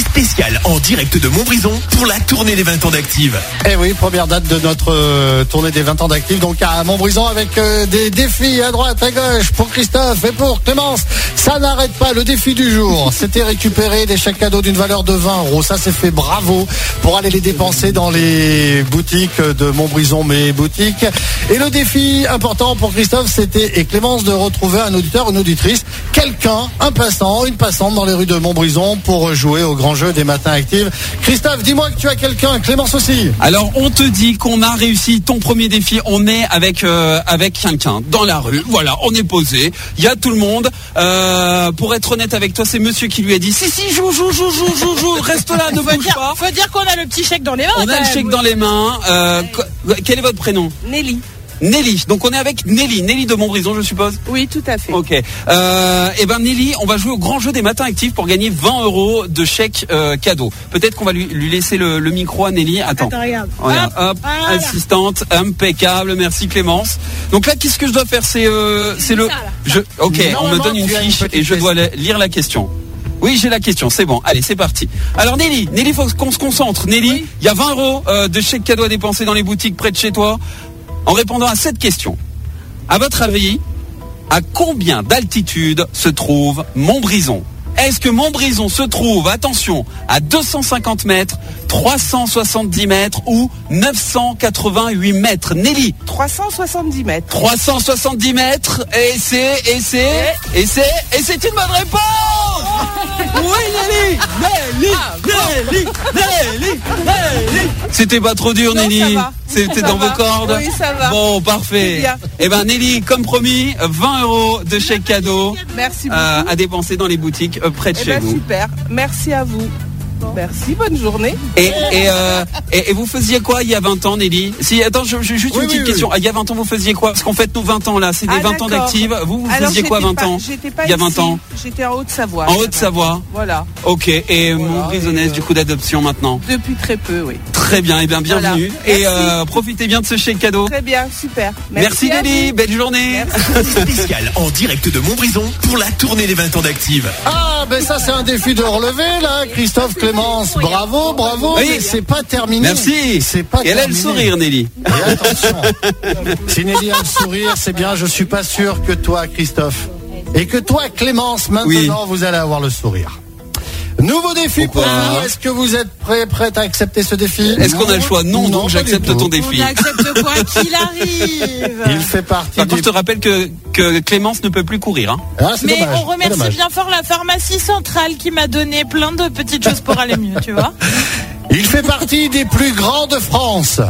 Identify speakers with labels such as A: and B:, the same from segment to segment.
A: spéciale en direct de Montbrison pour la tournée des 20 ans d'Active.
B: Eh oui, première date de notre euh, tournée des 20 ans d'actifs, donc à Montbrison avec euh, des défis à droite, à gauche pour Christophe et pour Clémence. Ça n'arrête pas le défi du jour. C'était récupérer des chèques cadeaux d'une valeur de 20 euros. Ça c'est fait bravo pour aller les dépenser dans les boutiques de Montbrison, mes boutiques. Et le défi important pour Christophe, c'était et Clémence de retrouver un auditeur, une auditrice, quelqu'un, un passant, une passante dans les rues de Montbrison pour jouer au grand jeu des matins actifs. Christophe, dis-moi que tu as quelqu'un, Clémence aussi.
C: Alors on te dit qu'on a réussi ton premier défi, on est avec euh, avec quelqu'un dans la rue, voilà, on est posé, il y a tout le monde. Euh, pour être honnête avec toi, c'est monsieur qui lui a dit si si joue joue joue joue joue joue, reste là, ne
D: Faut
C: bouge
D: dire,
C: pas.
D: faut dire qu'on a le petit chèque dans les mains.
C: On a le chèque dans les mains. Euh, co- quel est votre prénom
D: Nelly.
C: Nelly. Donc on est avec Nelly, Nelly de Montbrison, je suppose.
D: Oui, tout à fait.
C: Ok. Euh, et ben Nelly, on va jouer au grand jeu des matins actifs pour gagner 20 euros de chèque euh, cadeau. Peut-être qu'on va lui, lui laisser le, le micro à Nelly. Attends.
D: Attends, regarde.
C: Voilà,
D: Hop,
C: hop,
D: voilà.
C: assistante, impeccable. Merci Clémence. Donc là, qu'est-ce que je dois faire C'est euh, c'est le.
D: Ça, là.
C: Je, ok. On me
B: Normalement,
C: donne une
B: tu as une
C: fiche
B: petite
C: et je dois la- lire la question. Oui, j'ai la question, c'est bon. Allez, c'est parti. Alors Nelly, Nelly, faut qu'on se concentre. Nelly, il
D: Oui.
C: y a 20 euros euh, de chèque cadeau à dépenser dans les boutiques près de chez toi en répondant à cette question. À votre avis, à combien d'altitude se trouve Montbrison Est-ce que Montbrison se trouve, attention, à 250 mètres, 370 mètres ou 988 mètres Nelly,
D: 370 mètres.
C: 370 mètres, et c'est, et c'est, et c'est, et c'est une bonne réponse Oui Nelly Ah, Nelly Nelly Nelly Nelly C'était pas trop dur
D: Non,
C: Nelly
D: ça va.
C: C'était
D: Ça
C: dans
D: va.
C: vos cordes
D: Oui, ça va.
C: Bon, parfait.
D: C'est bien.
C: Eh ben Nelly, comme promis, 20 euros de chèque cadeau
D: Merci beaucoup.
C: euh, à dépenser dans les boutiques euh, près de
D: Eh
C: chez
D: ben,
C: vous.
D: super. Merci à vous. Merci, bonne journée.
C: Et, et, euh, et- et vous faisiez quoi il y a 20 ans, Nelly Si, attends, je, je- juste
B: Oui,
C: une petite
B: oui,
C: question. Ah, Il y a 20 ans, vous faisiez quoi Parce qu'en fait, nos 20 ans, là, c'est des
D: Ah,
C: 20 ans
D: d'accord.
C: d'active. Vous, vous
D: Alors,
C: faisiez quoi
D: j'étais
C: 20
D: pas-
C: ans
D: J'étais pas
C: Il y a 20
D: ici.
C: ans.
D: J'étais en Haute-Savoie.
C: En
D: ça va.
C: Haute-Savoie
D: Voilà.
C: Ok, et mon
D: et,
C: prisonnier
D: euh,
C: du coup d'adoption maintenant.
D: Depuis très peu, oui.
C: Très bien, et bien bienvenue.
D: Voilà.
C: Et euh, profitez bien de ce chèque cadeau.
D: Très bien, super.
C: Merci,
D: à
C: Nelly,
D: vous.
C: belle journée.
D: Merci.
A: Spéciale en direct de Montbrison pour la tournée des 20 ans d'Active.
B: Ah, ben ça, c'est un défi de relever, là, Christophe Clémence. Bravo, bravo.
C: Oui.
B: mais c'est pas terminé.
C: Merci.
B: C'est pas
C: et elle a le
B: terminé.
C: sourire, Nelly.
B: Et attention. si Nelly a le sourire, c'est bien. Je suis pas sûr que toi, Christophe, et que toi, Clémence, maintenant, vous allez avoir le sourire. Nouveau défi
C: Pourquoi
B: pour vous. Est-ce que vous êtes prêts, prête à accepter ce défi
C: Est-ce qu'on a le choix Non, donc
B: pas
C: j'accepte
B: du tout.
C: ton défi.
D: On accepte quoi qu'il arrive.
B: Il fait partie
C: Par
B: des...
C: contre, je te rappelle que, que Clémence ne peut plus courir. Hein.
B: Ah, c'est
E: Mais
B: dommage,
E: on
B: c'est dommage.
E: remercie bien fort la pharmacie centrale qui m'a donné plein de petites choses pour aller mieux, tu vois.
B: Il fait partie des plus grands de France.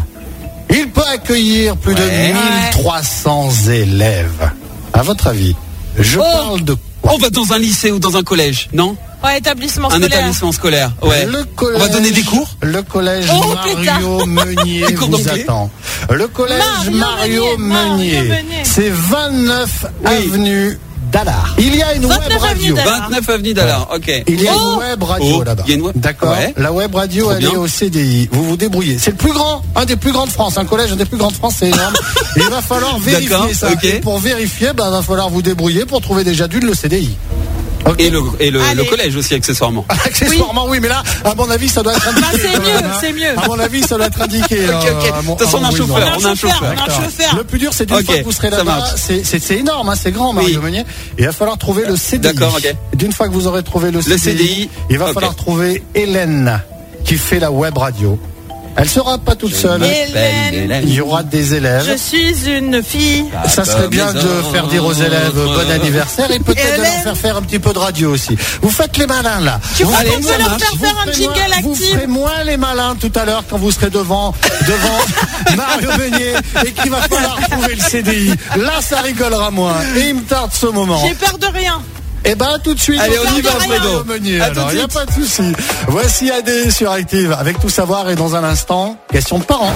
B: Il peut accueillir plus
C: Ouais.
B: de 1300 élèves. À votre avis, je
C: Oh.
B: parle de quoi
C: On va dans un lycée ou dans un collège, non
E: Ouais, établissement
C: Un
E: scolaire.
C: établissement scolaire. Oh, Ouais.
B: Le
C: On
B: collège,
C: va donner des cours
B: Le collège
E: Oh,
B: Mario Meunier
C: Des cours
B: vous
C: d'anglais
B: attend. Le collège Mario,
E: Mario
B: Meunier,
E: Meunier, Mario Meunier.
B: c'est 29
C: Oui.
B: avenue d'Allard. Il y a une web
E: 29
B: radio.
E: avenue d'Allard.
C: 29 avenue d'Allard, ok.
B: Il y a
E: Oh.
B: une web radio
C: Oh,
B: là-bas.
C: il y a une web-
B: D'accord.
C: Ouais.
B: La web radio,
C: Trop
B: elle
C: bien.
B: est au CDI. Vous vous débrouillez. C'est le plus grand, un des plus grands de France. Un collège, un des plus grands de France, c'est énorme. Il va falloir
C: D'accord,
B: vérifier ça.
C: ok.
B: Et pour vérifier, il va falloir vous débrouiller pour trouver déjà d'une le CDI. Ok.
C: Et le, et le,
D: Allez.
C: le collège aussi, accessoirement.
B: Accessoirement, oui. mais là, à mon avis, ça doit être indiqué.
E: Bah, c'est
B: quand
E: mieux,
B: même, hein.
E: c'est mieux.
B: À mon avis, ça doit être indiqué.
C: Ok, ok.
B: euh, à mon-
C: De toute façon,
B: à
C: on a un
B: mon-
C: chauffeur,
B: oui,
C: on a un chauffeur.
E: on a un chauffeur.
B: Le plus dur, c'est d'une
C: Ok,
B: fois que vous serez
C: ça
B: là-bas,
C: marche.
B: c'est- c'est c'est énorme, hein, c'est grand, Mario
C: Oui.
B: Meunier. Il va falloir trouver le CDI.
C: D'accord, ok.
B: D'une fois que vous aurez trouvé le CDI,
C: CDI,
B: il va
C: ok.
B: falloir trouver Hélène qui fait la web radio. Elle sera pas toute seule.
E: Hélène.
B: Il y aura des
E: Je
B: élèves.
E: suis une fille.
C: Ah,
B: Ça
C: bah,
B: serait bien de faire dire aux élèves euh, bon anniversaire et peut-être de leur
E: Hélène.
B: faire faire un petit peu de radio aussi. Vous faites les malins là.
E: Tu crois
C: Allez,
E: qu'on peut
C: ça
E: leur
C: marche.
E: faire faire un
B: ferez moins-
E: jingle
B: vous
E: actif
B: ferez moins les malins tout à l'heure quand vous serez devant, devant Mario Meunier et qu'il va falloir trouver le CDI. Là, ça rigolera moins. Et il me tarde ce moment.
E: J'ai peur de rien.
B: Et ben, tout de suite.
C: Allez, on
B: parle
C: y va,
B: de Mario
C: Fredo.
B: Meunier,
C: À
B: alors, il
C: tout de
B: n'y a
C: suite.
B: pas de souci. Voici AD sur Active avec tout savoir et dans un instant, question de parents.